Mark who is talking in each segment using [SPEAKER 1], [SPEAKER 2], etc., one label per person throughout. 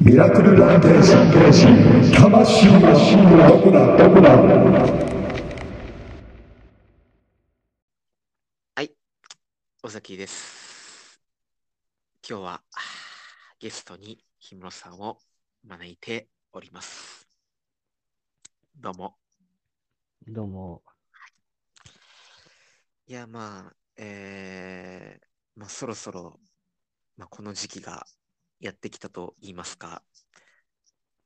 [SPEAKER 1] ミラクルランテーション天使魂はどこだどこだ
[SPEAKER 2] 尾崎です。今日はあーゲストに氷室さんを招いております。どうも。
[SPEAKER 3] どうも。
[SPEAKER 2] いや、まあ、えーまあ、そろそろ、まあ、この時期がやってきたと言いますか、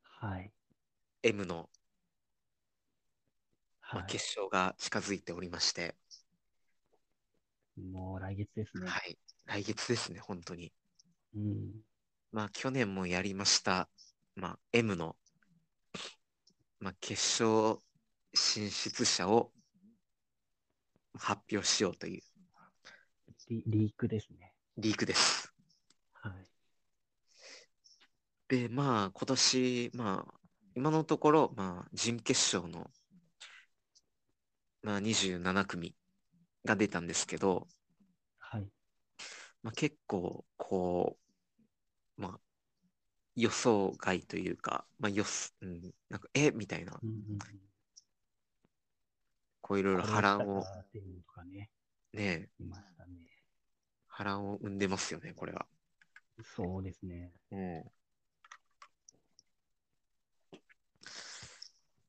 [SPEAKER 3] はい。
[SPEAKER 2] M の、まあ、
[SPEAKER 3] はい。
[SPEAKER 2] 決勝が近づいておりまして、
[SPEAKER 3] もう来月ですね。
[SPEAKER 2] はい、来月ですね、本当に。
[SPEAKER 3] うん。
[SPEAKER 2] まあ、去年もやりました、まあ、M の、まあ、決勝進出者を発表しようという
[SPEAKER 3] リリークですね。
[SPEAKER 2] リークです。
[SPEAKER 3] はい。
[SPEAKER 2] で、まあ、今年、まあ、今のところ、まあ、準決勝の、まあ、27組が出たんですけど、
[SPEAKER 3] はい。
[SPEAKER 2] まあ、結構、こう、まあ、予想外というか、まあ、よす、うん、なんか、えみたいな、
[SPEAKER 3] うんうんうん。
[SPEAKER 2] こういろいろ波乱
[SPEAKER 3] こ
[SPEAKER 2] を
[SPEAKER 3] れしたかっていうのとかね、
[SPEAKER 2] ね、
[SPEAKER 3] いましたね。
[SPEAKER 2] 波乱を生んでますよね、これは。
[SPEAKER 3] そうですね。
[SPEAKER 2] うん。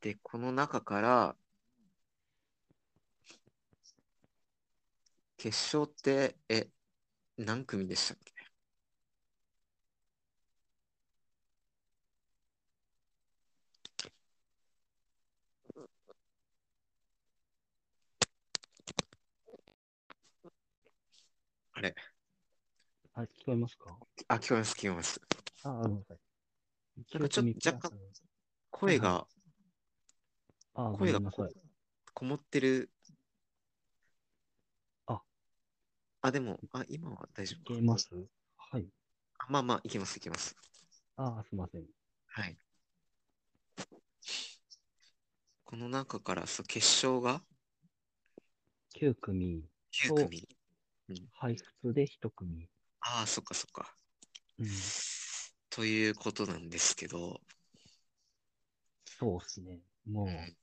[SPEAKER 2] で、この中から、決勝って、え、何組でしたっけ
[SPEAKER 3] あ、聞こえますか
[SPEAKER 2] あ、聞こえます、聞こえます。
[SPEAKER 3] あ、ごめんなさい。
[SPEAKER 2] なんかちょ
[SPEAKER 3] 一応
[SPEAKER 2] 若干声が、
[SPEAKER 3] あ、ごめ
[SPEAKER 2] 声が
[SPEAKER 3] んなさい。
[SPEAKER 2] こもってる。
[SPEAKER 3] あ。
[SPEAKER 2] あ、でも、あ、今は大丈
[SPEAKER 3] 聞
[SPEAKER 2] 夫
[SPEAKER 3] け
[SPEAKER 2] か。
[SPEAKER 3] ますはい。
[SPEAKER 2] あまあまあ、いけます、いけます。
[SPEAKER 3] あ、すいません。
[SPEAKER 2] はい。この中から、そう、決勝が
[SPEAKER 3] 9組、
[SPEAKER 2] 9組。
[SPEAKER 3] 排出で1組。
[SPEAKER 2] ああ、そっかそっか。
[SPEAKER 3] うん。
[SPEAKER 2] ということなんですけど、
[SPEAKER 3] そうですね。もう
[SPEAKER 2] う、ん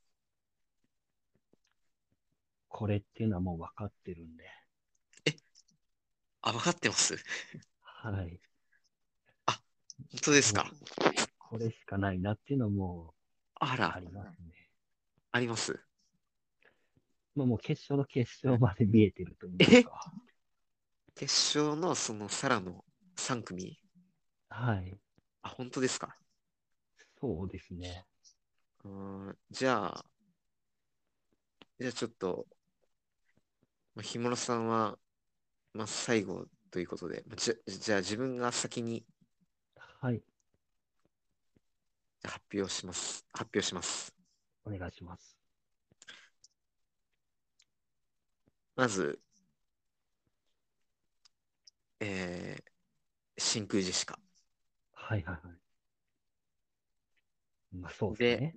[SPEAKER 3] これっていうのはもう分かってるんで。
[SPEAKER 2] あ、分かってます。
[SPEAKER 3] はい。
[SPEAKER 2] 本当ですか。
[SPEAKER 3] これしかないなっていうのはも
[SPEAKER 2] あ
[SPEAKER 3] う
[SPEAKER 2] ら、
[SPEAKER 3] ありますね。
[SPEAKER 2] あります。
[SPEAKER 3] まあ、もう決勝の決勝まで見えてると言いますか。
[SPEAKER 2] 決勝のそのさらの3組。
[SPEAKER 3] はい。
[SPEAKER 2] あ、本当ですか。
[SPEAKER 3] そうですね。
[SPEAKER 2] うーん、じゃあ、じゃあちょっと、まあ、氷室さんは、まあ、最後ということで、まあじゃ、じゃあ自分が先に
[SPEAKER 3] はい。
[SPEAKER 2] 発表します。発表します。
[SPEAKER 3] お願いします。
[SPEAKER 2] まず、えー、真空ジェシカ。
[SPEAKER 3] はいはいはい。まあ、そうですね。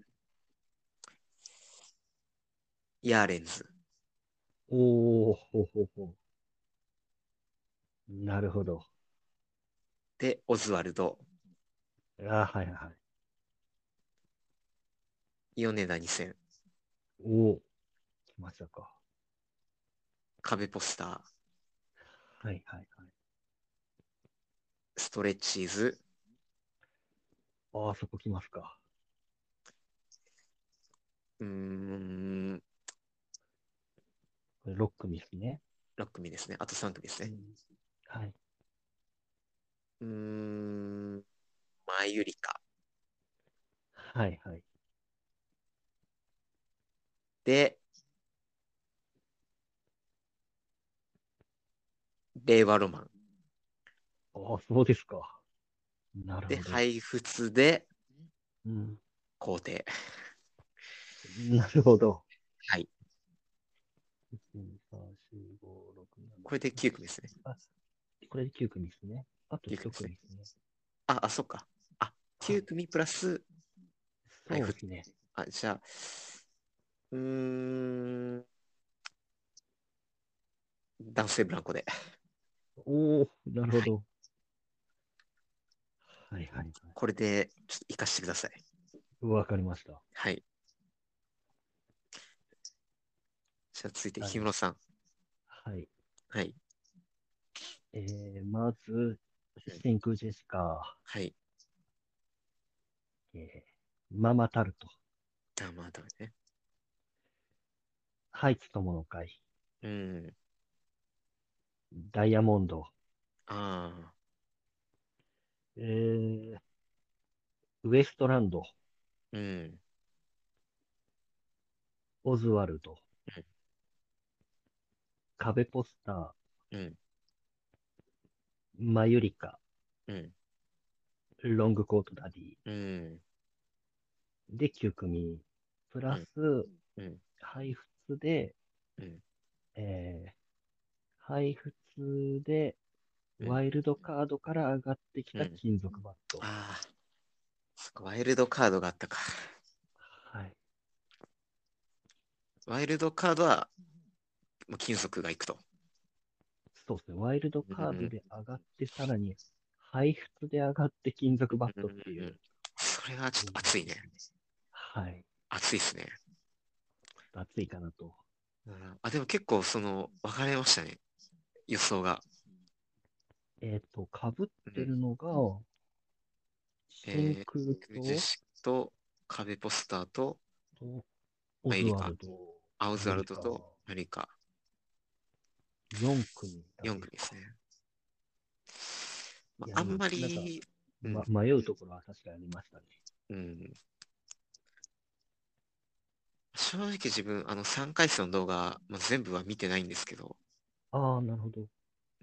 [SPEAKER 2] ヤーレンズ。
[SPEAKER 3] おおほほほ。なるほど。
[SPEAKER 2] で、オズワルド。
[SPEAKER 3] あはいはいはい。
[SPEAKER 2] 米田2000。
[SPEAKER 3] おお来ましたか。
[SPEAKER 2] 壁ポスター。
[SPEAKER 3] はいはいはい。
[SPEAKER 2] ストレッチーズ。
[SPEAKER 3] ああ、そこ来ますか。
[SPEAKER 2] うーん、
[SPEAKER 3] これ6組ですね。
[SPEAKER 2] 6組ですね。あと3組ですね。
[SPEAKER 3] はい。
[SPEAKER 2] うーん、マユリカ。
[SPEAKER 3] はいはい。
[SPEAKER 2] で、令和ロマン。
[SPEAKER 3] ああ、そうですか。なるほ
[SPEAKER 2] で、
[SPEAKER 3] ど。い。
[SPEAKER 2] 配布で
[SPEAKER 3] うん、
[SPEAKER 2] 皇帝。
[SPEAKER 3] なるほど。
[SPEAKER 2] はい。
[SPEAKER 3] 1、2、3、4、5、6、7。
[SPEAKER 2] これで9組ですね。
[SPEAKER 3] あ、これで9組ですね。あと
[SPEAKER 2] 9
[SPEAKER 3] 1
[SPEAKER 2] 組
[SPEAKER 3] 組
[SPEAKER 2] で
[SPEAKER 3] ですすね。
[SPEAKER 2] ねあ、あ、そっか。あ、9組プラス、
[SPEAKER 3] そ
[SPEAKER 2] はいう
[SPEAKER 3] ですね。
[SPEAKER 2] あ、じゃあ、うーん、男性ブランコで。
[SPEAKER 3] おおなるほど。はいはい。
[SPEAKER 2] これで、ちょっと活かしてください。
[SPEAKER 3] わかりました。
[SPEAKER 2] はい。じゃあ、続いて、
[SPEAKER 3] はい
[SPEAKER 2] 氷室さん。
[SPEAKER 3] はい。
[SPEAKER 2] はい。
[SPEAKER 3] えー、まず、真空ジェシカ、
[SPEAKER 2] はい。
[SPEAKER 3] えー、ママタルト、
[SPEAKER 2] ダマダメね。
[SPEAKER 3] ハイツ友の会、
[SPEAKER 2] うん。
[SPEAKER 3] ダイヤモンド、
[SPEAKER 2] あ
[SPEAKER 3] えー、ウエストランド、
[SPEAKER 2] あ。うん。
[SPEAKER 3] オズワルド
[SPEAKER 2] うん、
[SPEAKER 3] 壁ポスタ
[SPEAKER 2] うん。
[SPEAKER 3] ー、マユリカ、
[SPEAKER 2] うん。
[SPEAKER 3] ロングコートダディ
[SPEAKER 2] うん。
[SPEAKER 3] で9組、プラス、
[SPEAKER 2] うん。
[SPEAKER 3] 配布で、
[SPEAKER 2] うん
[SPEAKER 3] えー、配布で、
[SPEAKER 2] うん
[SPEAKER 3] ワイルドカードから上がってき
[SPEAKER 2] う
[SPEAKER 3] た
[SPEAKER 2] ん
[SPEAKER 3] 金属バット。
[SPEAKER 2] ああ。そっか、ワイルドカードがあったか。
[SPEAKER 3] はい。
[SPEAKER 2] ワイルドカードは、まあ、金属がいくと。
[SPEAKER 3] そうですね。ワイルドカ
[SPEAKER 2] う
[SPEAKER 3] ー
[SPEAKER 2] んう
[SPEAKER 3] ド
[SPEAKER 2] ん
[SPEAKER 3] で上がって、さらに、配布で上がって金属バットっていうう。
[SPEAKER 2] んそれはちょっと熱いね。
[SPEAKER 3] はい。
[SPEAKER 2] 熱いですね。
[SPEAKER 3] 熱いかなと。
[SPEAKER 2] うんあ、でも結構、その、分かれましたね。予想が。
[SPEAKER 3] えっ、と、かぶってるのが、真
[SPEAKER 2] え
[SPEAKER 3] 空と、
[SPEAKER 2] ジェシッと、壁ポスターと、
[SPEAKER 3] とオ
[SPEAKER 2] マ
[SPEAKER 3] ズ
[SPEAKER 2] ユリカ
[SPEAKER 3] ワルド、
[SPEAKER 2] アウズワルドと、マリカ。
[SPEAKER 3] 4組だけ。
[SPEAKER 2] 4組ですね。ま
[SPEAKER 3] いや
[SPEAKER 2] あ、あんま
[SPEAKER 3] でもなんか
[SPEAKER 2] り、うん
[SPEAKER 3] ま、迷うところは確かにありましたね。
[SPEAKER 2] うん。正直自分、あの3回戦の動画、まあ、全部は見てないんですけど、
[SPEAKER 3] ああ、なるほど。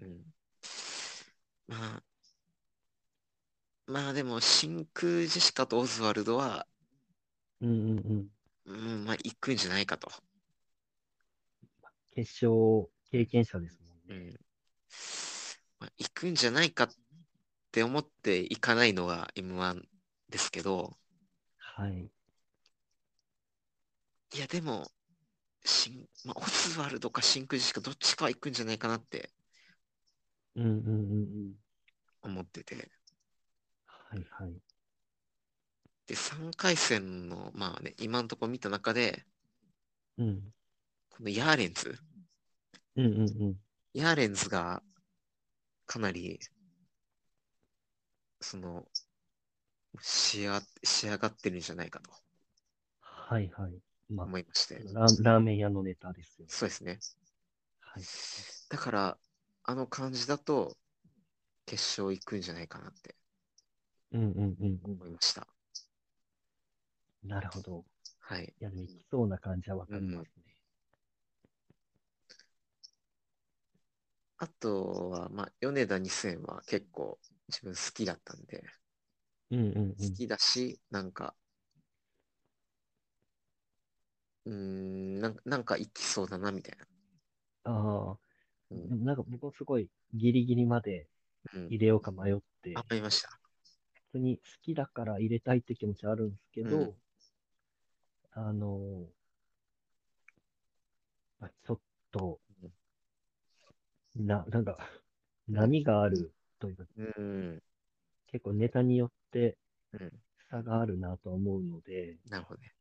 [SPEAKER 2] うん。まあ、まあでも、真空ジェシカとオズワルドは、
[SPEAKER 3] うんうんうん。
[SPEAKER 2] うん、まあ、行くんじゃないかと。
[SPEAKER 3] 決勝経験者ですも
[SPEAKER 2] うん
[SPEAKER 3] ね。
[SPEAKER 2] ん。まあ、行くんじゃないかって思って行かないのが M1 ですけど、
[SPEAKER 3] はい。
[SPEAKER 2] いや、でも、シン、まあ、オズワルドか真空ジェシカどっちかは行くんじゃないかなって
[SPEAKER 3] うんうんうんうん。
[SPEAKER 2] 思ってて。
[SPEAKER 3] はいはい。
[SPEAKER 2] で、3回戦の、まあね、今のところ見た中で、
[SPEAKER 3] うん。
[SPEAKER 2] このヤーレンズ、
[SPEAKER 3] うんうんうん。
[SPEAKER 2] ヤーレンズがかなり、その、仕上が、仕上がってるんじゃないかと
[SPEAKER 3] はいはい。まあ、
[SPEAKER 2] 思いまして。
[SPEAKER 3] ララーメン屋のネタですよね。
[SPEAKER 2] そうですね。
[SPEAKER 3] はい。
[SPEAKER 2] だから、あの感じだと、決勝行くんじゃないかなって
[SPEAKER 3] うんうんうんう
[SPEAKER 2] 思いました。
[SPEAKER 3] ん。なるほど。
[SPEAKER 2] はい。
[SPEAKER 3] いや、でもいきそうな感じはわかりますね。
[SPEAKER 2] あとは、まあ、米田2000は結構自分好きだったんで、
[SPEAKER 3] うんうんうん。
[SPEAKER 2] 好きだし、なんか、うーん、なんか、なんかいきそうだな、みたい
[SPEAKER 3] ああ、
[SPEAKER 2] な。
[SPEAKER 3] でもなんか僕もすごいギリギリまで
[SPEAKER 2] うん。うん
[SPEAKER 3] 入。れようか迷って、
[SPEAKER 2] あ、りました。
[SPEAKER 3] 普通に好きだから入れたいって気持ちはあるんですけど、
[SPEAKER 2] うん
[SPEAKER 3] あのーまあ、ちょっと、な、なんか、波があるというか、
[SPEAKER 2] うん。
[SPEAKER 3] 結構ネタによって
[SPEAKER 2] うん。
[SPEAKER 3] 差があるなと思うので、
[SPEAKER 2] なるほどね。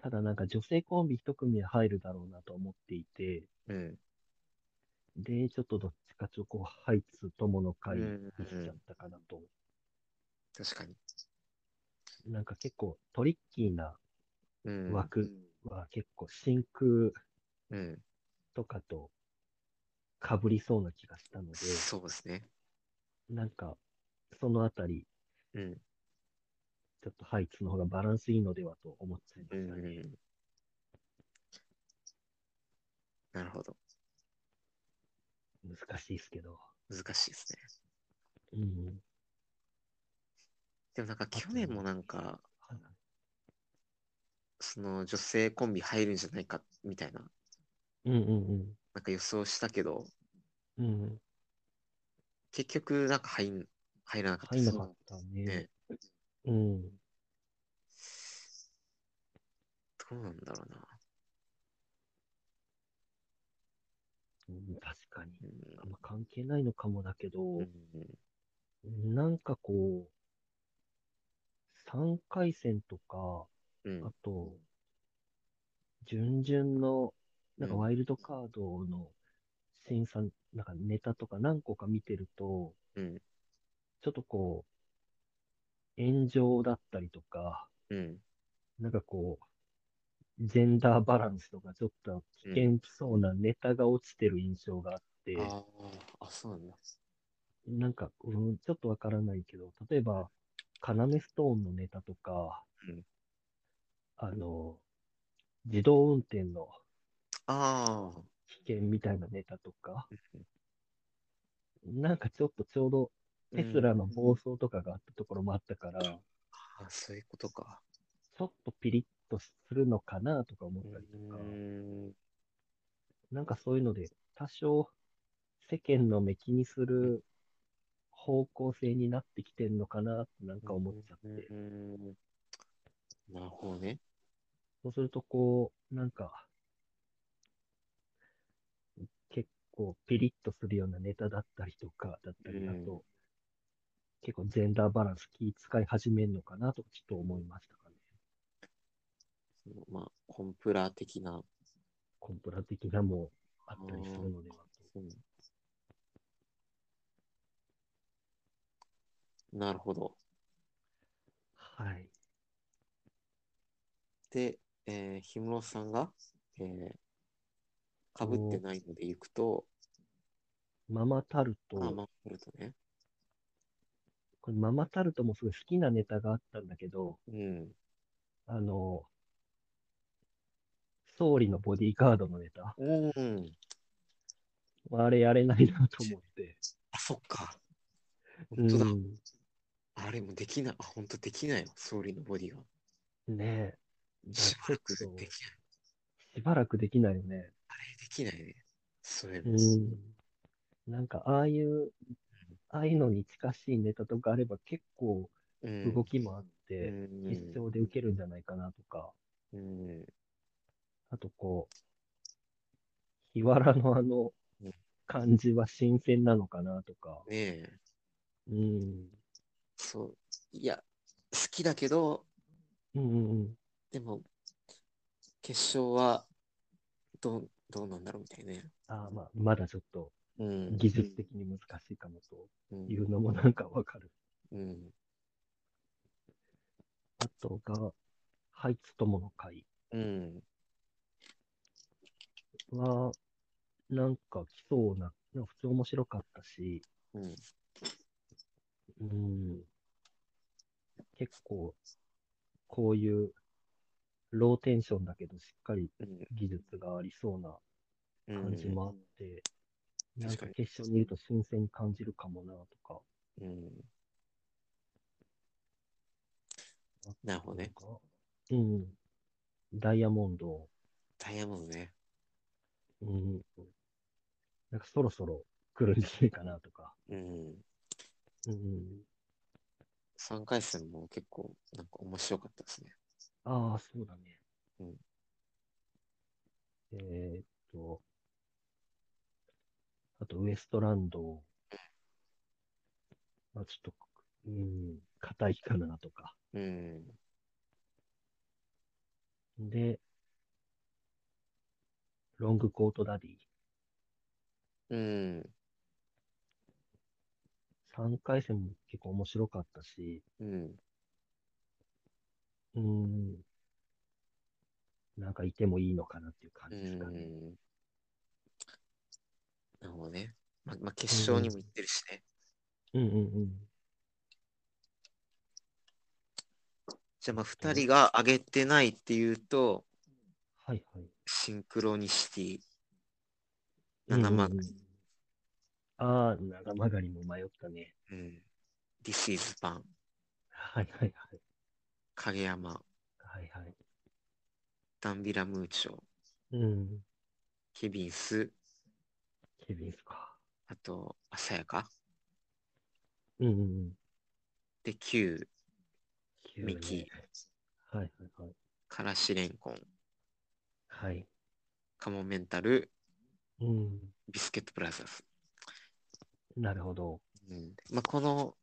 [SPEAKER 3] ただなんか女性コンビ一組は入るだろうなと思っていて、
[SPEAKER 2] うん。
[SPEAKER 3] で、ちょっとどっちかちょっとこう、ハイツ友の会にしちゃったかなと。
[SPEAKER 2] 確かに。
[SPEAKER 3] なんか結構トリッキーな
[SPEAKER 2] うん。
[SPEAKER 3] 枠は結構真空
[SPEAKER 2] うん。
[SPEAKER 3] とかと被りそうな気がしたので、
[SPEAKER 2] そうですね。
[SPEAKER 3] なんか、そのあたり、
[SPEAKER 2] うん。
[SPEAKER 3] ちょっとハイツの方がバランスいいのではと思っちゃいま
[SPEAKER 2] う
[SPEAKER 3] したね。
[SPEAKER 2] ん。なるほど。
[SPEAKER 3] 難しいですけど。
[SPEAKER 2] 難しいですね。
[SPEAKER 3] うん。
[SPEAKER 2] でもなんか
[SPEAKER 3] と
[SPEAKER 2] 去年もなんか、
[SPEAKER 3] はい
[SPEAKER 2] その女性コンビ入るんじゃないかみたいな、
[SPEAKER 3] うんうん
[SPEAKER 2] なんか予想したけど、
[SPEAKER 3] うん。うん。
[SPEAKER 2] 結局なんか入ん入らなかった
[SPEAKER 3] 入んなかった
[SPEAKER 2] ね
[SPEAKER 3] ね。うん。
[SPEAKER 2] どうなんだろうな。
[SPEAKER 3] うん確かに。
[SPEAKER 2] う
[SPEAKER 3] あんま関係ないのかもだけど
[SPEAKER 2] ん。う、ん
[SPEAKER 3] なんかこ3回戦とか、
[SPEAKER 2] うん。
[SPEAKER 3] あと、準々の、なんか
[SPEAKER 2] うん
[SPEAKER 3] ワイルドカードの審査、なんかネタとか何個か見てると、
[SPEAKER 2] うん。
[SPEAKER 3] ちょっとこう、炎上だったりとか、
[SPEAKER 2] うん。
[SPEAKER 3] なんかこう、ジェンダーバランスとかちょっと危険そうなネタが落ちてる印象があって、
[SPEAKER 2] ああ、あ、そうなんだ。
[SPEAKER 3] なんか、うん、ちょっとわからないけど、例えば、カナメストーンのネタとか、
[SPEAKER 2] うん
[SPEAKER 3] あの、自動運転の
[SPEAKER 2] ああ、
[SPEAKER 3] 危険みたいなネタとか
[SPEAKER 2] う、
[SPEAKER 3] なんかちょっとちょうどテスラの暴走とかがあったところもあったから、
[SPEAKER 2] あそういうことか。
[SPEAKER 3] ちょっとピリッとするのかなとか思っ
[SPEAKER 2] う
[SPEAKER 3] たりとか、
[SPEAKER 2] ーん。
[SPEAKER 3] なんかそういうので、多少世間の目気にする方向性になってきてんのかなってなんか思っちゃって、
[SPEAKER 2] うーん。なるほどね。
[SPEAKER 3] そうすると、こう、なんか、結構ピリッとするようなネタだったりとか、だったりだ
[SPEAKER 2] う
[SPEAKER 3] と、結構ジェンダーバランス気使い始めるのかなと、ちょっと思いましたかね。
[SPEAKER 2] そのまあ、コンプラ的な。
[SPEAKER 3] コンプラ的なもあったりするのではと。
[SPEAKER 2] うんなるほど。
[SPEAKER 3] はい。
[SPEAKER 2] で、えー、氷室さんが、えー、かぶってないので行くと、
[SPEAKER 3] ママタルト、
[SPEAKER 2] あ、まあ、るとね。
[SPEAKER 3] これママタルトもすごい好きなネタがあったんだけど、
[SPEAKER 2] うん。
[SPEAKER 3] あの、総理のボディーガードのネタ、
[SPEAKER 2] うん。
[SPEAKER 3] あれやれないなと思って。
[SPEAKER 2] あ、そっか。 本当だ。
[SPEAKER 3] うん
[SPEAKER 2] あれもできない。あ、本当できないよ。総理のボディが。
[SPEAKER 3] ねえ。
[SPEAKER 2] しばらく
[SPEAKER 3] ち
[SPEAKER 2] でき
[SPEAKER 3] ょっ
[SPEAKER 2] ない
[SPEAKER 3] と。しばらくできないよね。
[SPEAKER 2] あれできないね。それ
[SPEAKER 3] う
[SPEAKER 2] も。
[SPEAKER 3] ん。なんか、ああいう、ああいうのに近しいネタとかあれば結構
[SPEAKER 2] うん
[SPEAKER 3] 動きもあっ
[SPEAKER 2] う
[SPEAKER 3] て、
[SPEAKER 2] ん
[SPEAKER 3] 一生で受けるんじゃないかなとか、
[SPEAKER 2] うん。
[SPEAKER 3] あとこう、日原のあの
[SPEAKER 2] うん、
[SPEAKER 3] 感じは新鮮なのかなとか、
[SPEAKER 2] ねえ。
[SPEAKER 3] うん。
[SPEAKER 2] そう。いや、好きだけど、
[SPEAKER 3] うんうんうん。
[SPEAKER 2] でも、決勝は、どう、どうなんだろうみたいなね。
[SPEAKER 3] ああ、まあ、まだちょっと
[SPEAKER 2] うん。
[SPEAKER 3] 技術的に難しいかもと
[SPEAKER 2] うん
[SPEAKER 3] いうのもなんかわかる。
[SPEAKER 2] うん。
[SPEAKER 3] あとが、ハイツ友の会。
[SPEAKER 2] うん。
[SPEAKER 3] は、なんか来そうな、なんか普通面白かったし、
[SPEAKER 2] うん。
[SPEAKER 3] うん、結構、こういう、ローテンションだけど、しっかり
[SPEAKER 2] うん
[SPEAKER 3] 技術がありそうな
[SPEAKER 2] うん。
[SPEAKER 3] 感じもあって、
[SPEAKER 2] うん
[SPEAKER 3] なん
[SPEAKER 2] 確か
[SPEAKER 3] か
[SPEAKER 2] に
[SPEAKER 3] 決勝にいると新鮮に感じるかもな、とか。
[SPEAKER 2] うん。なるほどね。
[SPEAKER 3] うん。ダイヤモンド、
[SPEAKER 2] ダイヤモンドね。
[SPEAKER 3] うん。なんかそろそろ来るんじゃないかな、とか。
[SPEAKER 2] うん。
[SPEAKER 3] うん。
[SPEAKER 2] 3回戦も結構、なんか面白かったですね。
[SPEAKER 3] ああ、そうだね。
[SPEAKER 2] うん
[SPEAKER 3] えーっと、あとウエストランド、まあちょっと、うん、硬い日かなとか。
[SPEAKER 2] うん。
[SPEAKER 3] で、ロングコートダディ。
[SPEAKER 2] うん。
[SPEAKER 3] 3回戦も結構面白かったし、
[SPEAKER 2] うん。
[SPEAKER 3] うん、なんかいてもいいのかなっていう感
[SPEAKER 2] う
[SPEAKER 3] じですかね。
[SPEAKER 2] ん。なるほどね。ま、まあ、決勝にも行ってるしね。
[SPEAKER 3] うんうんうん。
[SPEAKER 2] じゃあ、まあ、2人が上げてないっていうと、
[SPEAKER 3] はいはい。
[SPEAKER 2] シンクロニシティ、
[SPEAKER 3] うん
[SPEAKER 2] 七
[SPEAKER 3] うんう
[SPEAKER 2] 曲
[SPEAKER 3] んああ、七曲がりも迷ったね。
[SPEAKER 2] うん。This is パン、
[SPEAKER 3] はいはいはい。
[SPEAKER 2] 影山、
[SPEAKER 3] はいはい。
[SPEAKER 2] ダンビラムーチョ、
[SPEAKER 3] うん。
[SPEAKER 2] ケビンス、
[SPEAKER 3] ケビンスか。
[SPEAKER 2] あと、朝やか。
[SPEAKER 3] うんうんうん。
[SPEAKER 2] で、Q、
[SPEAKER 3] 急
[SPEAKER 2] ミキ。
[SPEAKER 3] はいはいはい。
[SPEAKER 2] からしれんこん、
[SPEAKER 3] はい。
[SPEAKER 2] カモメンタル、
[SPEAKER 3] うん。
[SPEAKER 2] ビスケットブラザーズ。
[SPEAKER 3] なるほど。
[SPEAKER 2] うんまあ、この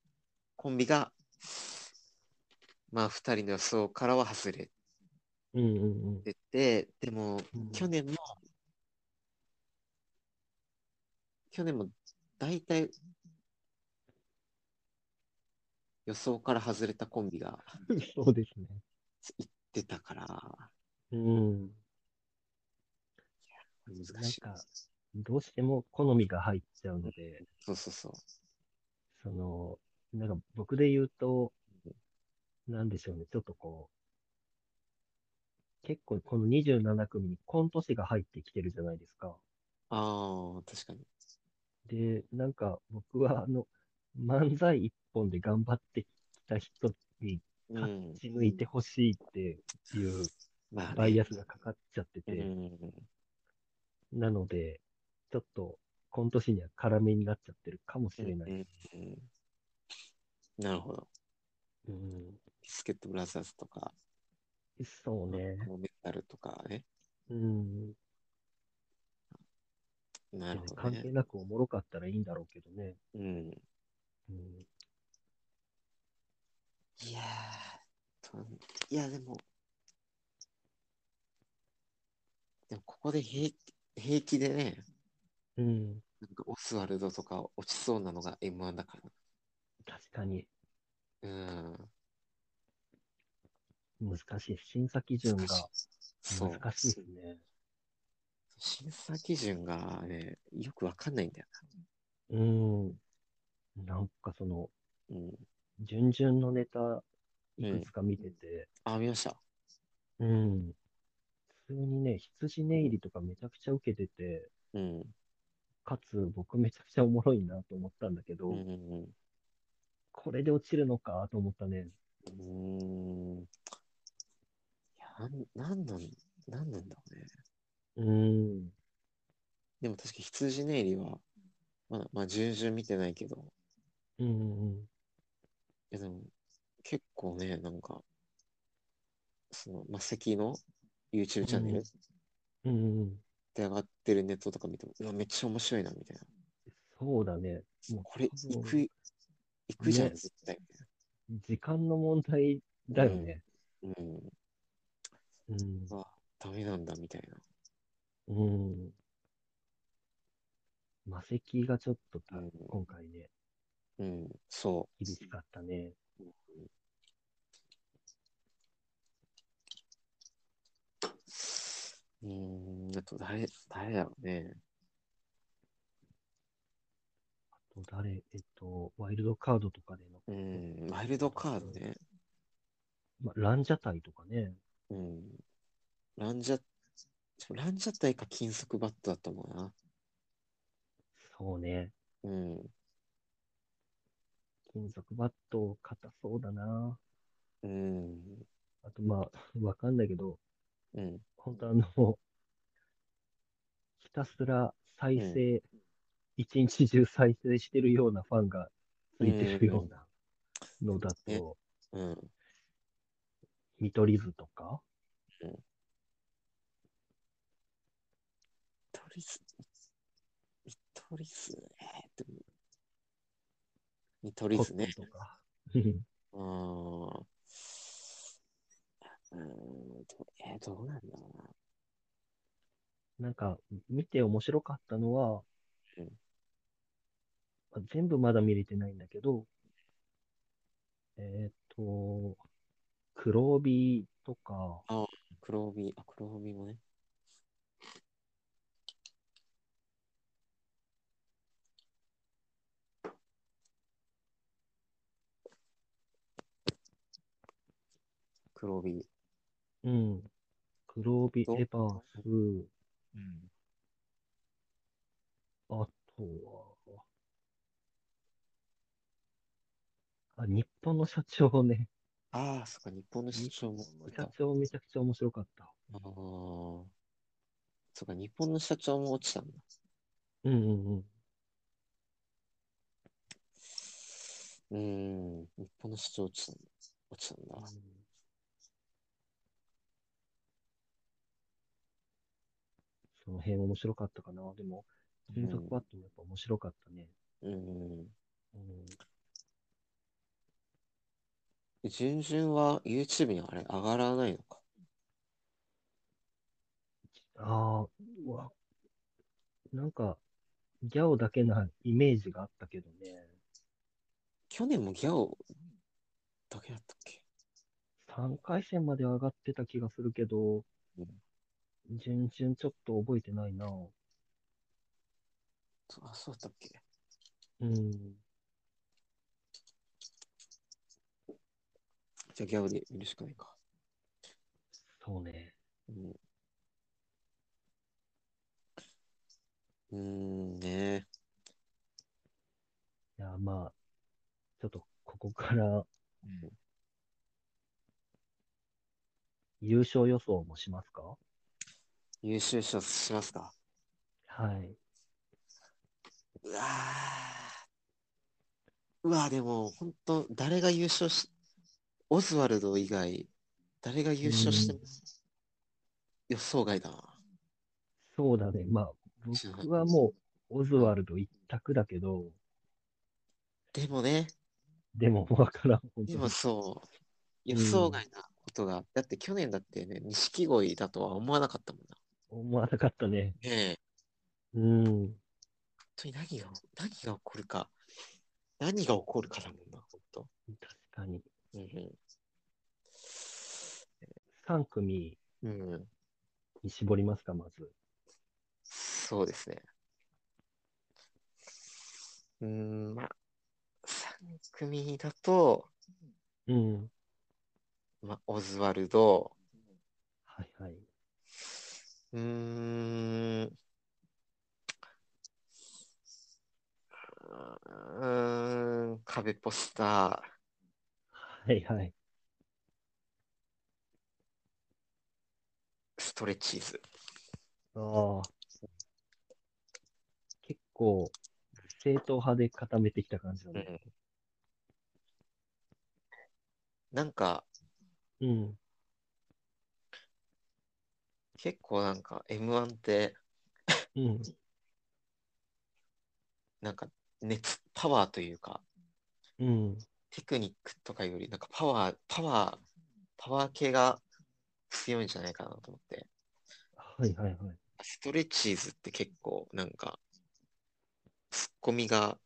[SPEAKER 2] コンビが、まあ、2人の予想からは外れ
[SPEAKER 3] うんうんうん。
[SPEAKER 2] てて、でも、
[SPEAKER 3] うん
[SPEAKER 2] 去年も、去年も大体予想から外れたコンビが
[SPEAKER 3] そうですね。
[SPEAKER 2] 出たから、
[SPEAKER 3] うん。
[SPEAKER 2] 難しい
[SPEAKER 3] なん
[SPEAKER 2] です。
[SPEAKER 3] か、どうしても好みが入っちゃうので、
[SPEAKER 2] そうそうそう。
[SPEAKER 3] その、なんか僕で言うと、なんでしょうね、ちょっとこう、結構この27組にコント師が入ってきてるじゃないですか。
[SPEAKER 2] ああ、確かに。
[SPEAKER 3] で、なんか僕はあの、漫才一本で頑張ってきた人に
[SPEAKER 2] う
[SPEAKER 3] 勝
[SPEAKER 2] ん。
[SPEAKER 3] ち抜いてほしいっていう
[SPEAKER 2] まあね、
[SPEAKER 3] バイアスがかかっちゃって
[SPEAKER 2] う
[SPEAKER 3] て、
[SPEAKER 2] ん。
[SPEAKER 3] なので、ちょっとコント師には辛めになっちゃってるかもしれない。
[SPEAKER 2] うんうんなるほど。
[SPEAKER 3] うん、
[SPEAKER 2] ビスケットブラザーズとか、
[SPEAKER 3] そうね。
[SPEAKER 2] もうメタルとかね。
[SPEAKER 3] うん。
[SPEAKER 2] なるほど
[SPEAKER 3] 関係
[SPEAKER 2] ね。
[SPEAKER 3] なくおもろかったらいいんだろうけどね。
[SPEAKER 2] うん。
[SPEAKER 3] うん、
[SPEAKER 2] いやーといや、でも、でもここで平気平気でね、
[SPEAKER 3] うん、
[SPEAKER 2] なんかオスワルドとか落ちそうなのが M1 だか
[SPEAKER 3] 確かに
[SPEAKER 2] らな。うん。
[SPEAKER 3] 難しい。審査基準が
[SPEAKER 2] そう。
[SPEAKER 3] 難しいですね。
[SPEAKER 2] 審査基準がね、よくわかんないんだよ
[SPEAKER 3] うん。なんかその、
[SPEAKER 2] な。うん。
[SPEAKER 3] 順々のネタ、いくつか見てて、
[SPEAKER 2] あ、見ました。
[SPEAKER 3] うん。普通にね、羊ネイリとかめちゃくちゃ受けてて、
[SPEAKER 2] うん。
[SPEAKER 3] かつ僕めちゃくちゃおもろいなと思ったんだけど、
[SPEAKER 2] うんうん
[SPEAKER 3] これで落ちるのかと思ったね。
[SPEAKER 2] うん。うーん。いや、なん、なんなん、なんなんだろうね。
[SPEAKER 3] うん。
[SPEAKER 2] でも確か羊ネイリは、まだ、まあ、順々見てないけど、
[SPEAKER 3] うんうん。
[SPEAKER 2] いやでも、結構ね、なんか、その、マセキの YouTube チャンネ
[SPEAKER 3] う
[SPEAKER 2] ル
[SPEAKER 3] んうんうん。
[SPEAKER 2] で上がってるネットとか見ても、うわ、めっちゃ面白いな、みたいな。
[SPEAKER 3] そうだね。もう
[SPEAKER 2] これ、
[SPEAKER 3] 多
[SPEAKER 2] 行
[SPEAKER 3] 分
[SPEAKER 2] く、行くじゃん、
[SPEAKER 3] ね
[SPEAKER 2] 絶対。
[SPEAKER 3] 時間の問題だよね。
[SPEAKER 2] うん。
[SPEAKER 3] うん
[SPEAKER 2] う。わ、ダメなんだ、みたいな。
[SPEAKER 3] うん。魔石がちょっとた
[SPEAKER 2] うん
[SPEAKER 3] 今回ね、
[SPEAKER 2] うん、そ
[SPEAKER 3] 厳しかったね。
[SPEAKER 2] う。うーん、あと誰、誰だろうね。
[SPEAKER 3] あと誰、えっと、ワイルドカードとかでの、
[SPEAKER 2] うん、ワイルドカードね。
[SPEAKER 3] まあ、ランジャタイとかね。
[SPEAKER 2] うん。ランジャ、ランジャタイか金属バットだと思うな。
[SPEAKER 3] そうね。
[SPEAKER 2] うん。
[SPEAKER 3] 金属バット硬そうだな。
[SPEAKER 2] うん。
[SPEAKER 3] あと、まあ、わかんないけど、
[SPEAKER 2] うん。
[SPEAKER 3] 本当あの、ひたすら再生、一日中再生してるようなファンがついてるようなのだ
[SPEAKER 2] ね
[SPEAKER 3] と、
[SPEAKER 2] うん。
[SPEAKER 3] 見取り図とか
[SPEAKER 2] トリス、見取り図ね。でも見取り図ね。
[SPEAKER 3] コットンとか。
[SPEAKER 2] うーん。うーん、どえーどうなんだろうな。
[SPEAKER 3] なんか、見て面白かったのは
[SPEAKER 2] うん、
[SPEAKER 3] まあ全部まだ見れてないんだけど、えっ、と、黒帯とか、
[SPEAKER 2] 黒帯、あ、黒帯もね。黒帯。
[SPEAKER 3] うん、黒帯、
[SPEAKER 2] そう
[SPEAKER 3] エバース、
[SPEAKER 2] うん。
[SPEAKER 3] あとは、あ、日本の社長ね。
[SPEAKER 2] ああ、そっか、日本の社長もいた。
[SPEAKER 3] 社
[SPEAKER 2] あ
[SPEAKER 3] 長めちゃくちゃ面白かった。
[SPEAKER 2] あー。そっか、日本の社長も落ちたんだ。
[SPEAKER 3] うんうんうん。
[SPEAKER 2] うーん、日本の社長落ちたんだ。落ちたんだ。
[SPEAKER 3] その辺面白かったかな。でも、金属バットもやっぱ面白かったね。
[SPEAKER 2] うん。
[SPEAKER 3] うん
[SPEAKER 2] 順々は YouTube にはあれ上がらないのか。
[SPEAKER 3] ああ、うわ。なんか、ギャオだけなイメージがあったけどね。
[SPEAKER 2] 去年もギャオだけだったっけ
[SPEAKER 3] 3回戦まで上がってた気がするけど
[SPEAKER 2] うん、
[SPEAKER 3] 順々ちょっと覚えてないな。
[SPEAKER 2] そあ、そうだったっけ
[SPEAKER 3] うん。
[SPEAKER 2] じゃあギャオで見るしかないか。
[SPEAKER 3] そうね。
[SPEAKER 2] うん。うーんね
[SPEAKER 3] いや、まあ、ちょっとここから
[SPEAKER 2] うん
[SPEAKER 3] 優勝予想もしますか
[SPEAKER 2] 優秀賞しますか
[SPEAKER 3] はい。
[SPEAKER 2] うわーうわーでも本当誰が優勝しオズワルド以外誰が優勝しても
[SPEAKER 3] うん
[SPEAKER 2] 予想外だな
[SPEAKER 3] そうだね。まあ、僕はもう、オズワルド一択だけど、
[SPEAKER 2] でもね
[SPEAKER 3] でも、わからん。本
[SPEAKER 2] で
[SPEAKER 3] 当
[SPEAKER 2] も
[SPEAKER 3] に
[SPEAKER 2] そう予
[SPEAKER 3] ん
[SPEAKER 2] 想外なことが、だって去年だってね錦鯉だとは思わなかったもんな
[SPEAKER 3] 思わなかったね。
[SPEAKER 2] ねえ
[SPEAKER 3] うん。
[SPEAKER 2] 本当に何が何が起こるか何が起こるかだもんな本当
[SPEAKER 3] 確かに。
[SPEAKER 2] うん
[SPEAKER 3] 3組
[SPEAKER 2] うん、うん、
[SPEAKER 3] に絞りますか、まず。
[SPEAKER 2] そうですね。うーん、まあ、3組だと、
[SPEAKER 3] うん。
[SPEAKER 2] まあ、オズワルド、
[SPEAKER 3] はいはい。
[SPEAKER 2] うーん、うーん、壁ポスタ
[SPEAKER 3] はいはい。
[SPEAKER 2] ー、ストレッチーズ。
[SPEAKER 3] ああ。結構、正統派で固めてきた感じだ
[SPEAKER 2] う
[SPEAKER 3] ね。
[SPEAKER 2] ん。なんか、
[SPEAKER 3] うん。
[SPEAKER 2] 結構なんか M1 って、
[SPEAKER 3] うん。
[SPEAKER 2] なんか熱、パワーというか、
[SPEAKER 3] うん。
[SPEAKER 2] テクニックとかより、なんかパワー、パワー、パワー系が強いんじゃないかなと思って。
[SPEAKER 3] はいはいはい。
[SPEAKER 2] ストレッチーズって結構、なんか、ツッコミが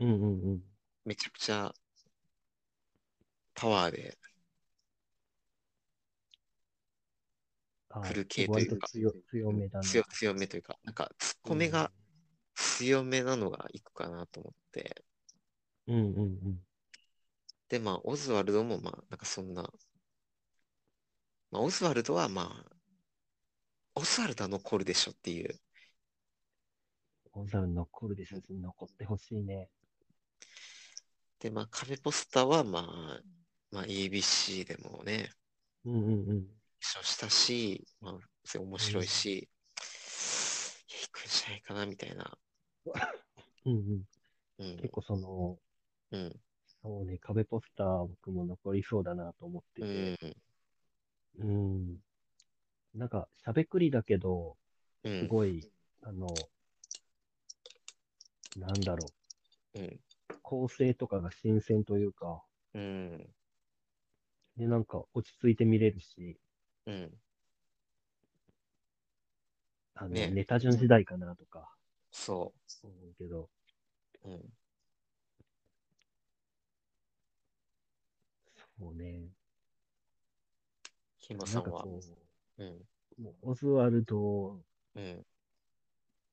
[SPEAKER 3] うんうんうん。
[SPEAKER 2] めちゃくちゃパワーで
[SPEAKER 3] ああ
[SPEAKER 2] 来る系というか
[SPEAKER 3] 割と強強めだね。
[SPEAKER 2] 強強めというか、なんかツッコミが強めなのがいくかなと思って。
[SPEAKER 3] うんうんうん。
[SPEAKER 2] で、まあ、オズワルドも、まあ、なんかそんな、まあ、オズワルドはまあ、オズワルドは残るでしょっていう
[SPEAKER 3] オザル残るですし、残ってほしいね。
[SPEAKER 2] で、まあ、壁ポスターは、まあ、まあ、ABC でもね、
[SPEAKER 3] うんうんうん。
[SPEAKER 2] 一緒したし、まあ、普通に面白いし、いや行くんじゃないかな、みたいな。
[SPEAKER 3] うんうん。
[SPEAKER 2] うん、
[SPEAKER 3] 結構その、
[SPEAKER 2] うん、
[SPEAKER 3] そうね、壁ポスター僕も残りそうだなと思って
[SPEAKER 2] う
[SPEAKER 3] て。
[SPEAKER 2] ん、
[SPEAKER 3] うん。なんか、しゃべくりだけど、
[SPEAKER 2] う
[SPEAKER 3] す
[SPEAKER 2] ん、
[SPEAKER 3] ごい、あの、なんだろ
[SPEAKER 2] うん、
[SPEAKER 3] う、構成とかが新鮮というか、
[SPEAKER 2] うん、
[SPEAKER 3] で、なんか落ち着いて見れるし、
[SPEAKER 2] うん、
[SPEAKER 3] あの、
[SPEAKER 2] ね
[SPEAKER 3] ネタ順次第かなとか
[SPEAKER 2] そ
[SPEAKER 3] 思うけど、
[SPEAKER 2] う、うん、
[SPEAKER 3] そうね、
[SPEAKER 2] ひ
[SPEAKER 3] な
[SPEAKER 2] もさ
[SPEAKER 3] ん
[SPEAKER 2] ん
[SPEAKER 3] か
[SPEAKER 2] は、
[SPEAKER 3] こ
[SPEAKER 2] うん、
[SPEAKER 3] う、もうオズワルド
[SPEAKER 2] うん、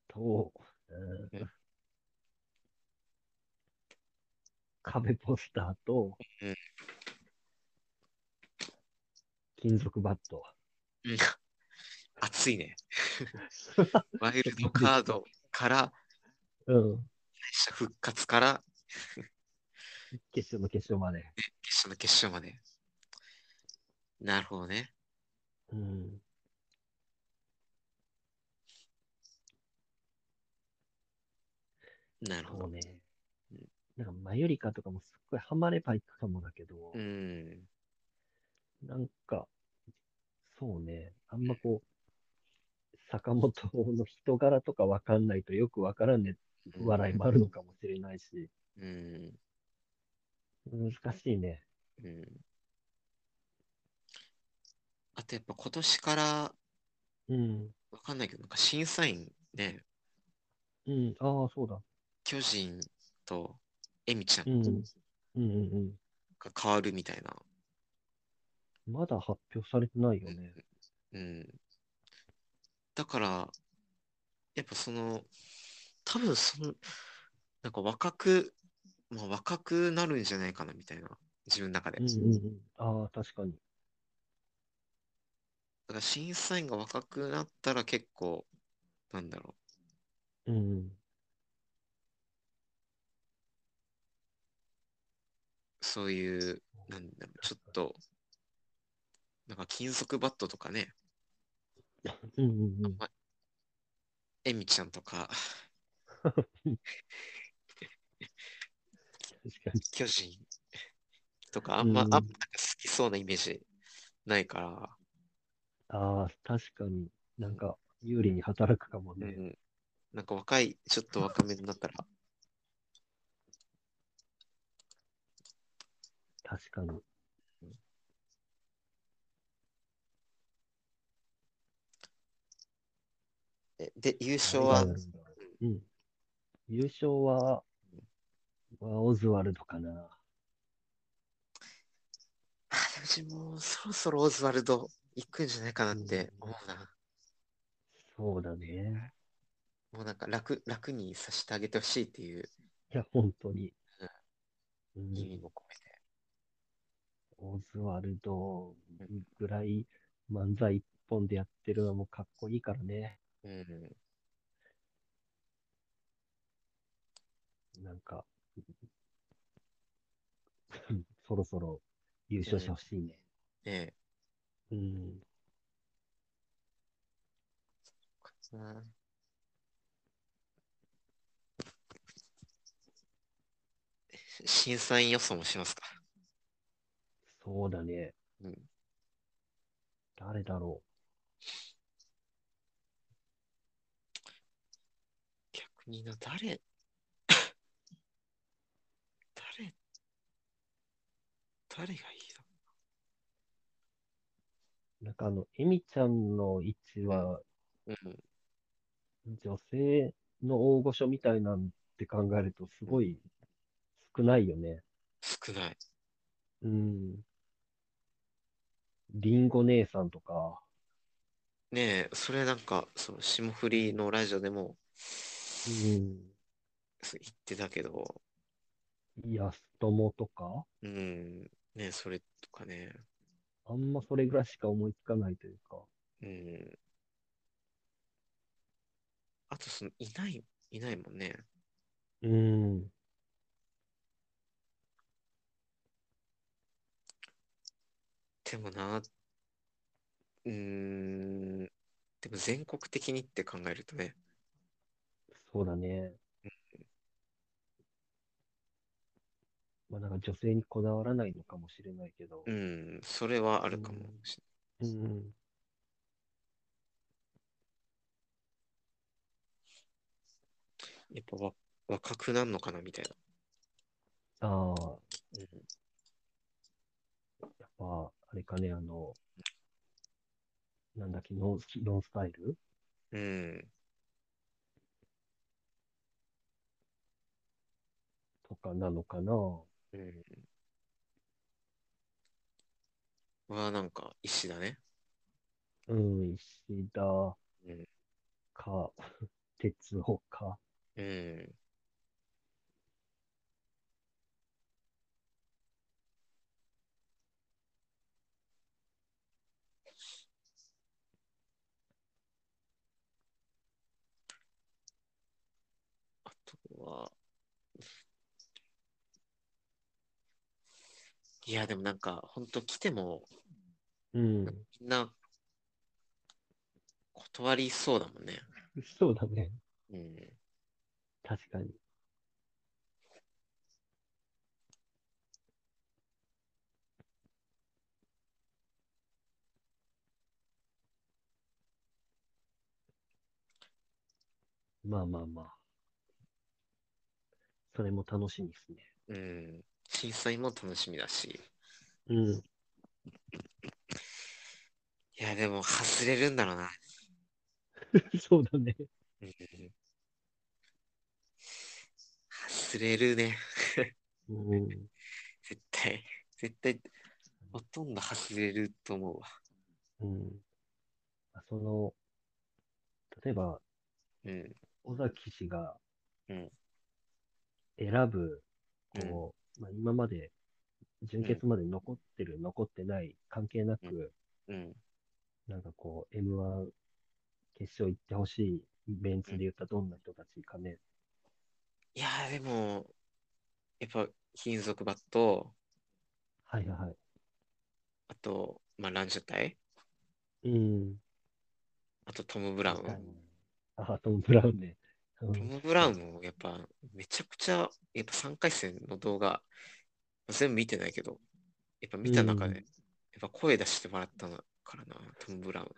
[SPEAKER 3] と、
[SPEAKER 2] う
[SPEAKER 3] うんん、壁ポスターと
[SPEAKER 2] うん、
[SPEAKER 3] 金属バット。
[SPEAKER 2] うん、 熱い ね。ワイルドカードから、
[SPEAKER 3] うん。
[SPEAKER 2] 復活から、
[SPEAKER 3] 決勝の決勝まで。
[SPEAKER 2] 決勝の決勝まで。なるほどね。
[SPEAKER 3] うん。
[SPEAKER 2] なるほ
[SPEAKER 3] そう
[SPEAKER 2] ど。
[SPEAKER 3] ね
[SPEAKER 2] うん。
[SPEAKER 3] なんか、マユリカとかもすっごいハマればいくかもだけど、
[SPEAKER 2] うん、
[SPEAKER 3] なんか、そうね。あんまこう、坂本の人柄とかわかんないとよくわからんね、笑いもあるのかもしれないし、
[SPEAKER 2] うん。
[SPEAKER 3] 難しいね。
[SPEAKER 2] うん。あとやっぱ今年から、
[SPEAKER 3] うん。
[SPEAKER 2] わかんないけど、なんか審査員ね、
[SPEAKER 3] うん。ああ、そうだ。
[SPEAKER 2] 巨人とエミちゃん
[SPEAKER 3] うん。うんうんうん。
[SPEAKER 2] が変わるみたいな。
[SPEAKER 3] まだ発表されてないよ ね。
[SPEAKER 2] うん。だから、やっぱその、多分その、なんか若く、まあ、若くなるんじゃないかなみたいな、自分の中で。
[SPEAKER 3] うん
[SPEAKER 2] だ
[SPEAKER 3] うんうん。ああ、確かに。
[SPEAKER 2] から審査員が若くなったら結構、なんだろ
[SPEAKER 3] うん。
[SPEAKER 2] う、そういう、なんだろう、ちょっと、なんか金属バットとかね、
[SPEAKER 3] うんうんうん。
[SPEAKER 2] エミちゃんとか、
[SPEAKER 3] 確かに。
[SPEAKER 2] 巨人とか、あんま、あ
[SPEAKER 3] うんん
[SPEAKER 2] まなんか好きそうなイメージないから、
[SPEAKER 3] ああ、確かになんか有利に働くかも
[SPEAKER 2] う
[SPEAKER 3] ね。
[SPEAKER 2] ん、なんか若い、ちょっと若めになったら、
[SPEAKER 3] 確かに。
[SPEAKER 2] えで、優勝
[SPEAKER 3] 誰が
[SPEAKER 2] は
[SPEAKER 3] や、るんだろううん。優勝は、はオズワルドかな。
[SPEAKER 2] あでも自分もそろそろオズワルド行くんじゃないかなって思うな。
[SPEAKER 3] そうだね。
[SPEAKER 2] もうなんか楽、楽にさせてあげてほしいっていう
[SPEAKER 3] いや、本当に。う
[SPEAKER 2] 意
[SPEAKER 3] ん、
[SPEAKER 2] 味も込めて。
[SPEAKER 3] オズワルドぐらい漫才一本でやってるのもかっこいいからね。
[SPEAKER 2] うん、
[SPEAKER 3] なんか、 うんそろそろ優勝してほしいね。
[SPEAKER 2] ね
[SPEAKER 3] うん。
[SPEAKER 2] え。うん審査員予想もしますか。
[SPEAKER 3] そうだね。
[SPEAKER 2] うん、
[SPEAKER 3] 誰だろ
[SPEAKER 2] 逆にな、誰誰誰がいいの
[SPEAKER 3] う。なんかあの、エミちゃんの位置は、
[SPEAKER 2] うん、
[SPEAKER 3] 女性の大御所みたいなんって考えると、すごい少ないよね。
[SPEAKER 2] 少ない。
[SPEAKER 3] うん。リンゴ姉さんとか、
[SPEAKER 2] ねえ、それなんか、その霜降りのラジオでも
[SPEAKER 3] うん。
[SPEAKER 2] そう言ってたけど、
[SPEAKER 3] 安友とか、
[SPEAKER 2] うん、ねえ、それとかね、
[SPEAKER 3] あんまそれぐらいしか思いつかないというか。
[SPEAKER 2] うん。あと、その、いない、いないもんね。
[SPEAKER 3] うん。
[SPEAKER 2] でもな、うん、でも全国的にって考えるとね、
[SPEAKER 3] そうだね。まあなんか女性にこだわらないのかもしれないけど。
[SPEAKER 2] うん、それはあるかもしれ
[SPEAKER 3] うん。
[SPEAKER 2] ない。やっぱわ若くなるのかな、みたいな。
[SPEAKER 3] ああ。
[SPEAKER 2] うん
[SPEAKER 3] やっぱ、あれかね、あの、なんだっけ、ノンノンスタイル
[SPEAKER 2] うん、
[SPEAKER 3] とかなのかな。
[SPEAKER 2] うん。は、なんか、石だね。
[SPEAKER 3] うん、石田
[SPEAKER 2] うん
[SPEAKER 3] か、 鉄夫か。
[SPEAKER 2] うん。あとは、いや、でもなんか、ほんと来ても、
[SPEAKER 3] うん。
[SPEAKER 2] みんな、断りそうだもんね。
[SPEAKER 3] そうだね。
[SPEAKER 2] うん。
[SPEAKER 3] 確かに。まあまあまあ。それも楽しみですね。
[SPEAKER 2] うん。審査員も楽しみだし。
[SPEAKER 3] うん。
[SPEAKER 2] いや、でも外れるんだろうな。
[SPEAKER 3] そうだね。
[SPEAKER 2] うん外れるね。
[SPEAKER 3] うん。
[SPEAKER 2] 絶対。絶対。ほとんど外れると思うわ。
[SPEAKER 3] うん。まあその、例えば、
[SPEAKER 2] うん。
[SPEAKER 3] 尾崎氏が
[SPEAKER 2] うん
[SPEAKER 3] 選ぶ、
[SPEAKER 2] うん
[SPEAKER 3] こう、まあ、今まで、準決まで残ってる、残ってない、関係なく、
[SPEAKER 2] うん。
[SPEAKER 3] なんかこう、M1 決勝行ってほしい、ベンツで言ったどんな人たちかね。
[SPEAKER 2] いや、でも、やっぱ、金属バット、
[SPEAKER 3] はいはいは
[SPEAKER 2] あと、まあ、ランジャタイ、
[SPEAKER 3] い。うん。
[SPEAKER 2] あとトム・ブラウン。
[SPEAKER 3] あ、トム・ブラウンね。うん
[SPEAKER 2] トム・ブラウンもやっぱめちゃくちゃ、やっぱ3回戦の動画、全部見てないけど、やっぱ見た中で、
[SPEAKER 3] うん
[SPEAKER 2] やっぱ声出してもらったからな、トム・ブラウ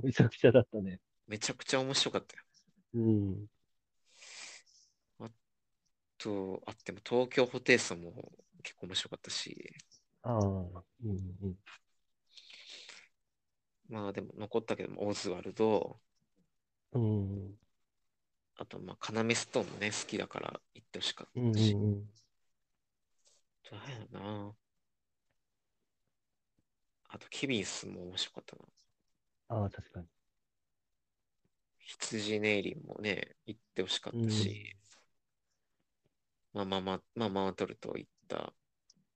[SPEAKER 2] ン。
[SPEAKER 3] めちゃくちゃだったね。
[SPEAKER 2] めちゃくちゃ面白かったよ。
[SPEAKER 3] うん。
[SPEAKER 2] と、あっても東京ホテイソンも結構面白かったし、
[SPEAKER 3] ああ、うんうん。
[SPEAKER 2] まあでも残ったけども、オズワルド、
[SPEAKER 3] うん。
[SPEAKER 2] あとまあ、カナメストーンもね、好きだから行ってほしか
[SPEAKER 3] う
[SPEAKER 2] っ
[SPEAKER 3] ん
[SPEAKER 2] た
[SPEAKER 3] う
[SPEAKER 2] し、
[SPEAKER 3] ん
[SPEAKER 2] 誰やろな。あと、ケビンスも面白かったな。
[SPEAKER 3] ああ、確かに。
[SPEAKER 2] 羊ネイリンもね、行ってほしかったし、まあまあまあ、まあ、マートルと行った、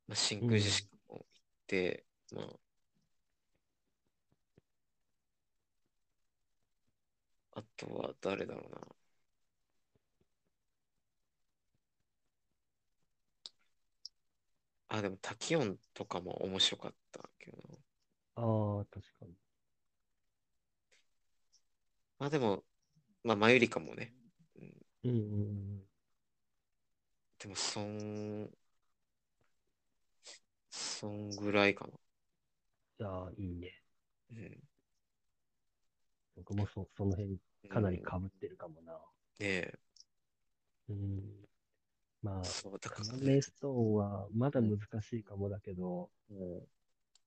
[SPEAKER 2] まあ、真空ジェシカも行って、まあ、あとは誰だろうな。あ、でも、タキオンとかも面白かったけどな。
[SPEAKER 3] ああ、確かに。
[SPEAKER 2] まあでも、まあ、マユリカもね、
[SPEAKER 3] うんうん
[SPEAKER 2] でも、そん、そんぐらいかな。
[SPEAKER 3] うん。ああ、いいね。
[SPEAKER 2] うん。
[SPEAKER 3] 僕もそその辺かなり被ってるかもな。
[SPEAKER 2] うんねえ、
[SPEAKER 3] うん。まあ、
[SPEAKER 2] そう、だか
[SPEAKER 3] カ
[SPEAKER 2] ら
[SPEAKER 3] ナ
[SPEAKER 2] ね、
[SPEAKER 3] メストーンはまだ難しいかもだけど、
[SPEAKER 2] も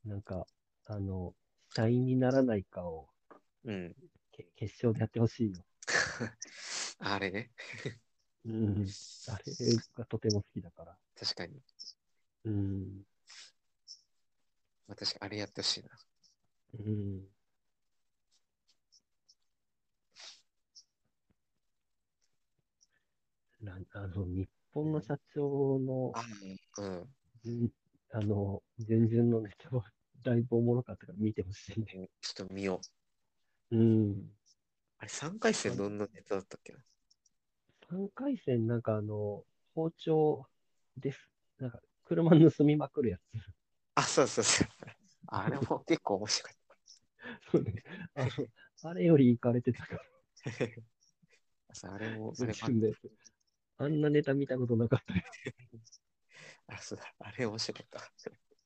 [SPEAKER 3] なんか、あの、社員にならないかを
[SPEAKER 2] う、うん。
[SPEAKER 3] け決勝でやってほしいよ。
[SPEAKER 2] あれね、
[SPEAKER 3] うん。あれがとても好きだから。
[SPEAKER 2] 確かに。
[SPEAKER 3] うん。
[SPEAKER 2] まあ、確かにあれやってほしいな。
[SPEAKER 3] うん。なあの、日本の社長の、
[SPEAKER 2] うん。
[SPEAKER 3] 順あの、順々のネタは だいぶおもろかったから見てほしいね。
[SPEAKER 2] ちょっと見よう。
[SPEAKER 3] うん。
[SPEAKER 2] あれ、3回戦どんなネタだったっけな
[SPEAKER 3] 3回戦、なんかあの、包丁です。なんか、車盗みまくるやつ。
[SPEAKER 2] あ、そうそう そう。あれも結構面白かっ
[SPEAKER 3] そうね。あ の、あれより行かれてたから、
[SPEAKER 2] た。 そうあれも、そ
[SPEAKER 3] 自
[SPEAKER 2] れ
[SPEAKER 3] 分
[SPEAKER 2] も
[SPEAKER 3] で。あんなネタ見たことなかったよ。
[SPEAKER 2] あそうだあれ面白かった。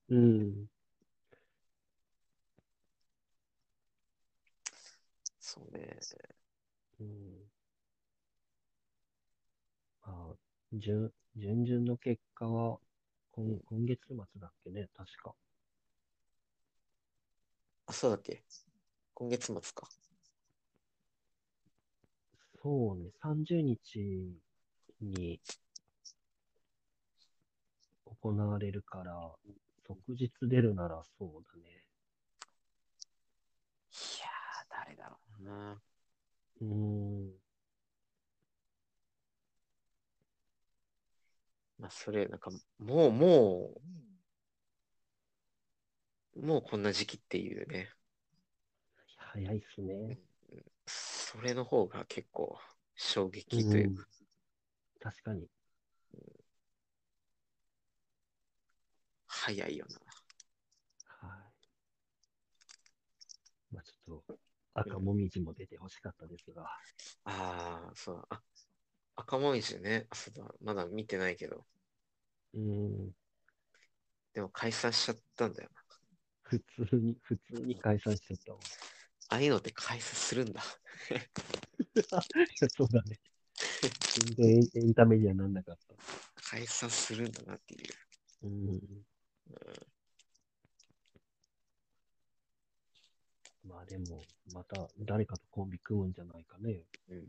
[SPEAKER 3] うん。
[SPEAKER 2] そうね。
[SPEAKER 3] うんまあ、準、準々の結果は、今、今月末だっけね、確か。
[SPEAKER 2] あ、そうだっけ今月末か。
[SPEAKER 3] そうね、30日に行われるから、即日出るならそうだね。
[SPEAKER 2] いやー、誰だろうな。
[SPEAKER 3] うーん。
[SPEAKER 2] まあ、それ、なんか、もう、もう、もうこんな時期っていうね、
[SPEAKER 3] 早いっすね。
[SPEAKER 2] それの方が結構衝撃というか、
[SPEAKER 3] 確かに。
[SPEAKER 2] 早いよな。
[SPEAKER 3] はい。まあちょっと、赤もみじも出てほしかったですが。
[SPEAKER 2] ああ、そう、あ、赤もみじね、あそうだ、まだ見てないけど、
[SPEAKER 3] うーん。
[SPEAKER 2] でも解散しちゃったんだよな。
[SPEAKER 3] 普通に、普通に解散しちゃったわ。
[SPEAKER 2] ああいうのって解散するんだ。
[SPEAKER 3] そうだね。全然エンタメにはなんなかった。
[SPEAKER 2] 解散するんだなっていう。
[SPEAKER 3] うん。あ、でも、また誰かとコンビ組むんじゃないかね。
[SPEAKER 2] うん。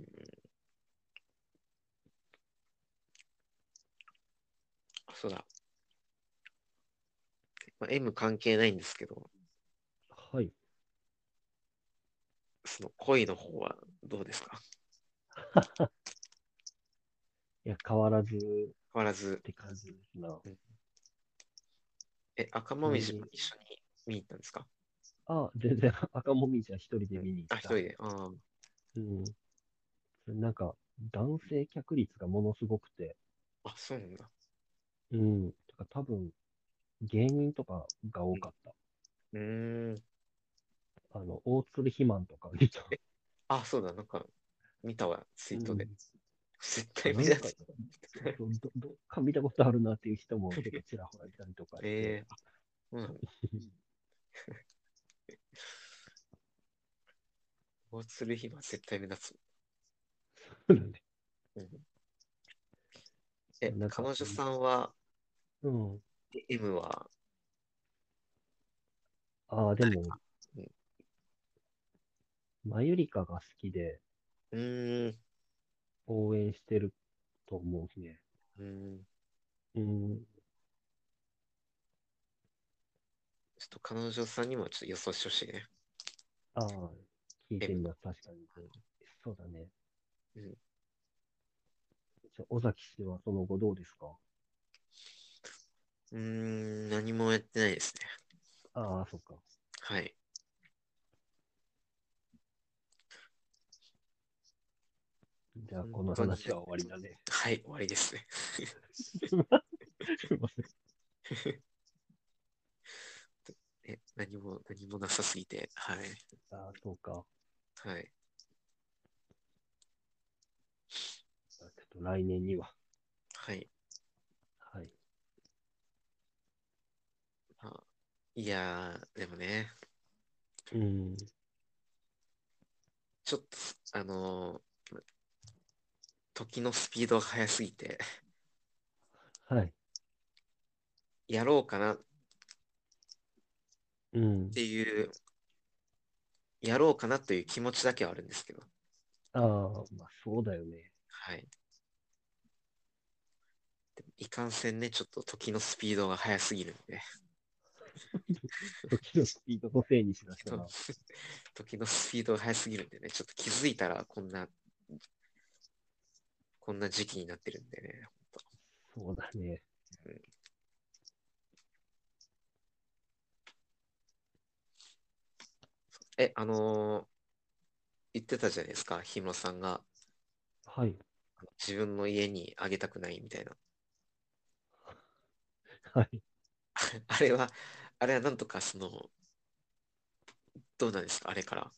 [SPEAKER 2] そうだ。まあ、M 関係ないんですけど、
[SPEAKER 3] はい。
[SPEAKER 2] その恋の方はどうですか
[SPEAKER 3] いや、変わらずっ
[SPEAKER 2] 変わらず、
[SPEAKER 3] て感じですな。
[SPEAKER 2] え、赤もみじも一緒に見に行ったんですか
[SPEAKER 3] あ、全然赤もみじは一人で見に行
[SPEAKER 2] あ、
[SPEAKER 3] っ
[SPEAKER 2] 一
[SPEAKER 3] た。
[SPEAKER 2] 人で。ああ、
[SPEAKER 3] うん。なんか、男性客率がものすごくて、
[SPEAKER 2] あ、そうなんだ。
[SPEAKER 3] うん。てか多分、芸人とかが多かった。
[SPEAKER 2] うーん。
[SPEAKER 3] あの、大鶴肥満とか見 た。
[SPEAKER 2] あ、そうだ、なんか、見たわ、ツイートで。
[SPEAKER 3] うん
[SPEAKER 2] 絶
[SPEAKER 3] な
[SPEAKER 2] 対
[SPEAKER 3] ん
[SPEAKER 2] 見たや
[SPEAKER 3] か
[SPEAKER 2] つ。
[SPEAKER 3] そうどどっか見たことあるなっていう人 も結構ちらほらいたりとかして、
[SPEAKER 2] ええうん。 大鶴ひま絶対目立つ。うんえ
[SPEAKER 3] なん、か
[SPEAKER 2] 彼女さんは、
[SPEAKER 3] うん。
[SPEAKER 2] M は、
[SPEAKER 3] ああ、でも
[SPEAKER 2] うん、
[SPEAKER 3] マユリカが好きで
[SPEAKER 2] うーん、
[SPEAKER 3] 応援してると思うね。
[SPEAKER 2] うーん、
[SPEAKER 3] うん。
[SPEAKER 2] ちょっと彼女さんにもちょっと予想してほしいね。
[SPEAKER 3] ああ、聞いてみます。確かに。そうだね。
[SPEAKER 2] うん
[SPEAKER 3] じゃあ尾崎氏はその後どうですか
[SPEAKER 2] うーん、何もやってないですね。
[SPEAKER 3] ああ、そっか。
[SPEAKER 2] はい。
[SPEAKER 3] じゃあ、この話は終わりだね。
[SPEAKER 2] はい、終わりですね。
[SPEAKER 3] すいません。
[SPEAKER 2] え、何も、何もなさすぎて。はい。
[SPEAKER 3] ああ、そうか。
[SPEAKER 2] はい。
[SPEAKER 3] ちょっと来年には。
[SPEAKER 2] はい。
[SPEAKER 3] はい。
[SPEAKER 2] まあ、いやー、でもね、
[SPEAKER 3] うん。
[SPEAKER 2] ちょっと、あのー時のスピードが速すぎて、
[SPEAKER 3] はい。
[SPEAKER 2] やろうかなっ
[SPEAKER 3] うん。
[SPEAKER 2] ていう、やろうかなという気持ちだけはあるんですけど、
[SPEAKER 3] ああ、まあそうだよね。
[SPEAKER 2] はい。でもいかんせんね、ちょっと時のスピードが速すぎるんで、
[SPEAKER 3] 時のスピードのせいにしだしたら。
[SPEAKER 2] 時のスピードが速すぎるんでね、ちょっと気づいたらこんな、こんな時期になってるんでね、
[SPEAKER 3] そうだね。
[SPEAKER 2] え、あのー言ってたじゃないですか、氷室さんが
[SPEAKER 3] はい。
[SPEAKER 2] 自分の家にあげたくないみたいな。
[SPEAKER 3] はい。
[SPEAKER 2] あれは、あれはなんとかその、どうなんですか、あれから。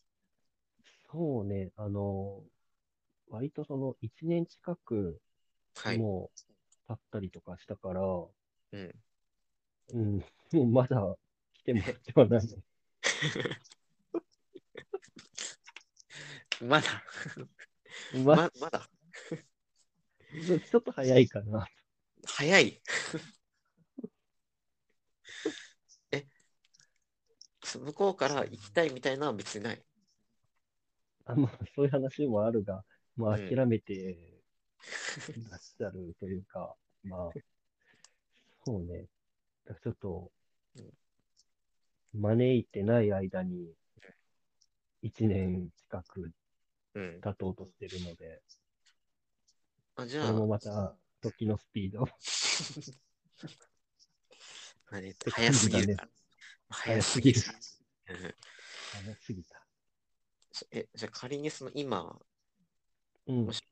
[SPEAKER 3] そうね。あの、割とその1年近く
[SPEAKER 2] はい。
[SPEAKER 3] もう経ったりとかしたから、
[SPEAKER 2] うん。
[SPEAKER 3] うん、もうまだ来てもらってはない。
[SPEAKER 2] まだ、
[SPEAKER 3] ま
[SPEAKER 2] ままだ、
[SPEAKER 3] ちょちょっと早いかな。
[SPEAKER 2] 早い。 え、そ向こうから行きたいみたいなのは別にない。
[SPEAKER 3] あまあ、そういう話もあるが、まあ
[SPEAKER 2] うん
[SPEAKER 3] 諦めてらっしゃるというか、 まあ、そうね。だからちょっと、招いてない間に、1年近く
[SPEAKER 2] うん。
[SPEAKER 3] 経とうとしてるので、
[SPEAKER 2] あ、じ
[SPEAKER 3] こ
[SPEAKER 2] ゃ
[SPEAKER 3] れ
[SPEAKER 2] あ、
[SPEAKER 3] もまた、時のスピード。
[SPEAKER 2] あれ早すぎるから。 早すぎる。うん
[SPEAKER 3] 早すぎた。
[SPEAKER 2] え、じゃあ仮にその今、
[SPEAKER 3] うん
[SPEAKER 2] も。し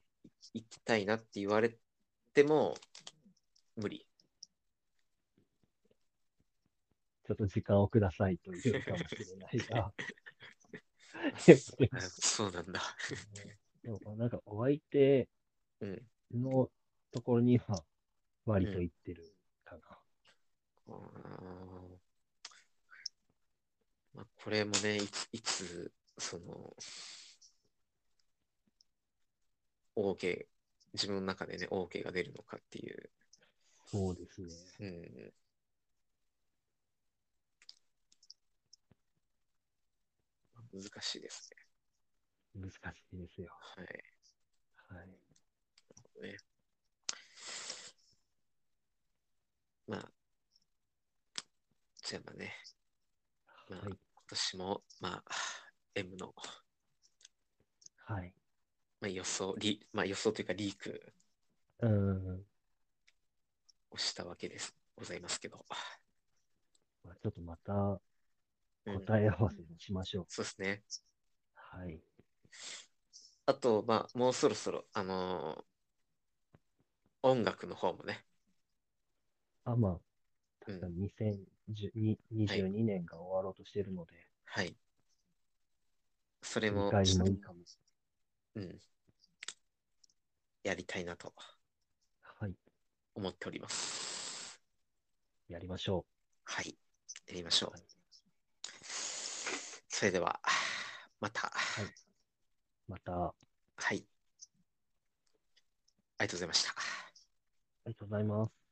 [SPEAKER 2] 行きたいなって言われても、無理。
[SPEAKER 3] ちょっと時間をくださいというかもしれない が。でも
[SPEAKER 2] あ そうなんだ。
[SPEAKER 3] でもなんかお相手
[SPEAKER 2] うん。
[SPEAKER 3] のところには割と行ってるかな。
[SPEAKER 2] あーまあ、これもね、いつ、いつ、その、OK、自分の中でね、OK が出るのかっていう。
[SPEAKER 3] そうですね。
[SPEAKER 2] うん。難しいですね。
[SPEAKER 3] 難しいですよ。
[SPEAKER 2] はい。
[SPEAKER 3] はい。
[SPEAKER 2] ね。まあ、じゃあまあね、まあ
[SPEAKER 3] はい。
[SPEAKER 2] 今年も、まあ、M の、
[SPEAKER 3] はい。
[SPEAKER 2] まあ、予想、リまあ、予想というかリーク
[SPEAKER 3] うん。
[SPEAKER 2] をしたわけです、ございますけど。
[SPEAKER 3] まあ、ちょっとまた
[SPEAKER 2] うん、
[SPEAKER 3] 答え合わせにしましょう。
[SPEAKER 2] そうですね。
[SPEAKER 3] はい。
[SPEAKER 2] あと、まあ、もうそろそろ、あのー音楽の方もね、
[SPEAKER 3] あ、まあ、
[SPEAKER 2] う
[SPEAKER 3] 確
[SPEAKER 2] ん
[SPEAKER 3] かに2022年が終わろうとしているので、
[SPEAKER 2] はい。それ
[SPEAKER 3] 2
[SPEAKER 2] も、
[SPEAKER 3] 回もいいかもし
[SPEAKER 2] うん、やりたいなと
[SPEAKER 3] れない。はい。
[SPEAKER 2] 思っております。
[SPEAKER 3] やりましょ
[SPEAKER 2] はい、やりましょう。
[SPEAKER 3] はい
[SPEAKER 2] それでは、また。
[SPEAKER 3] いう。また、あ
[SPEAKER 2] はい。ありがとうございました。
[SPEAKER 3] りがとうございます。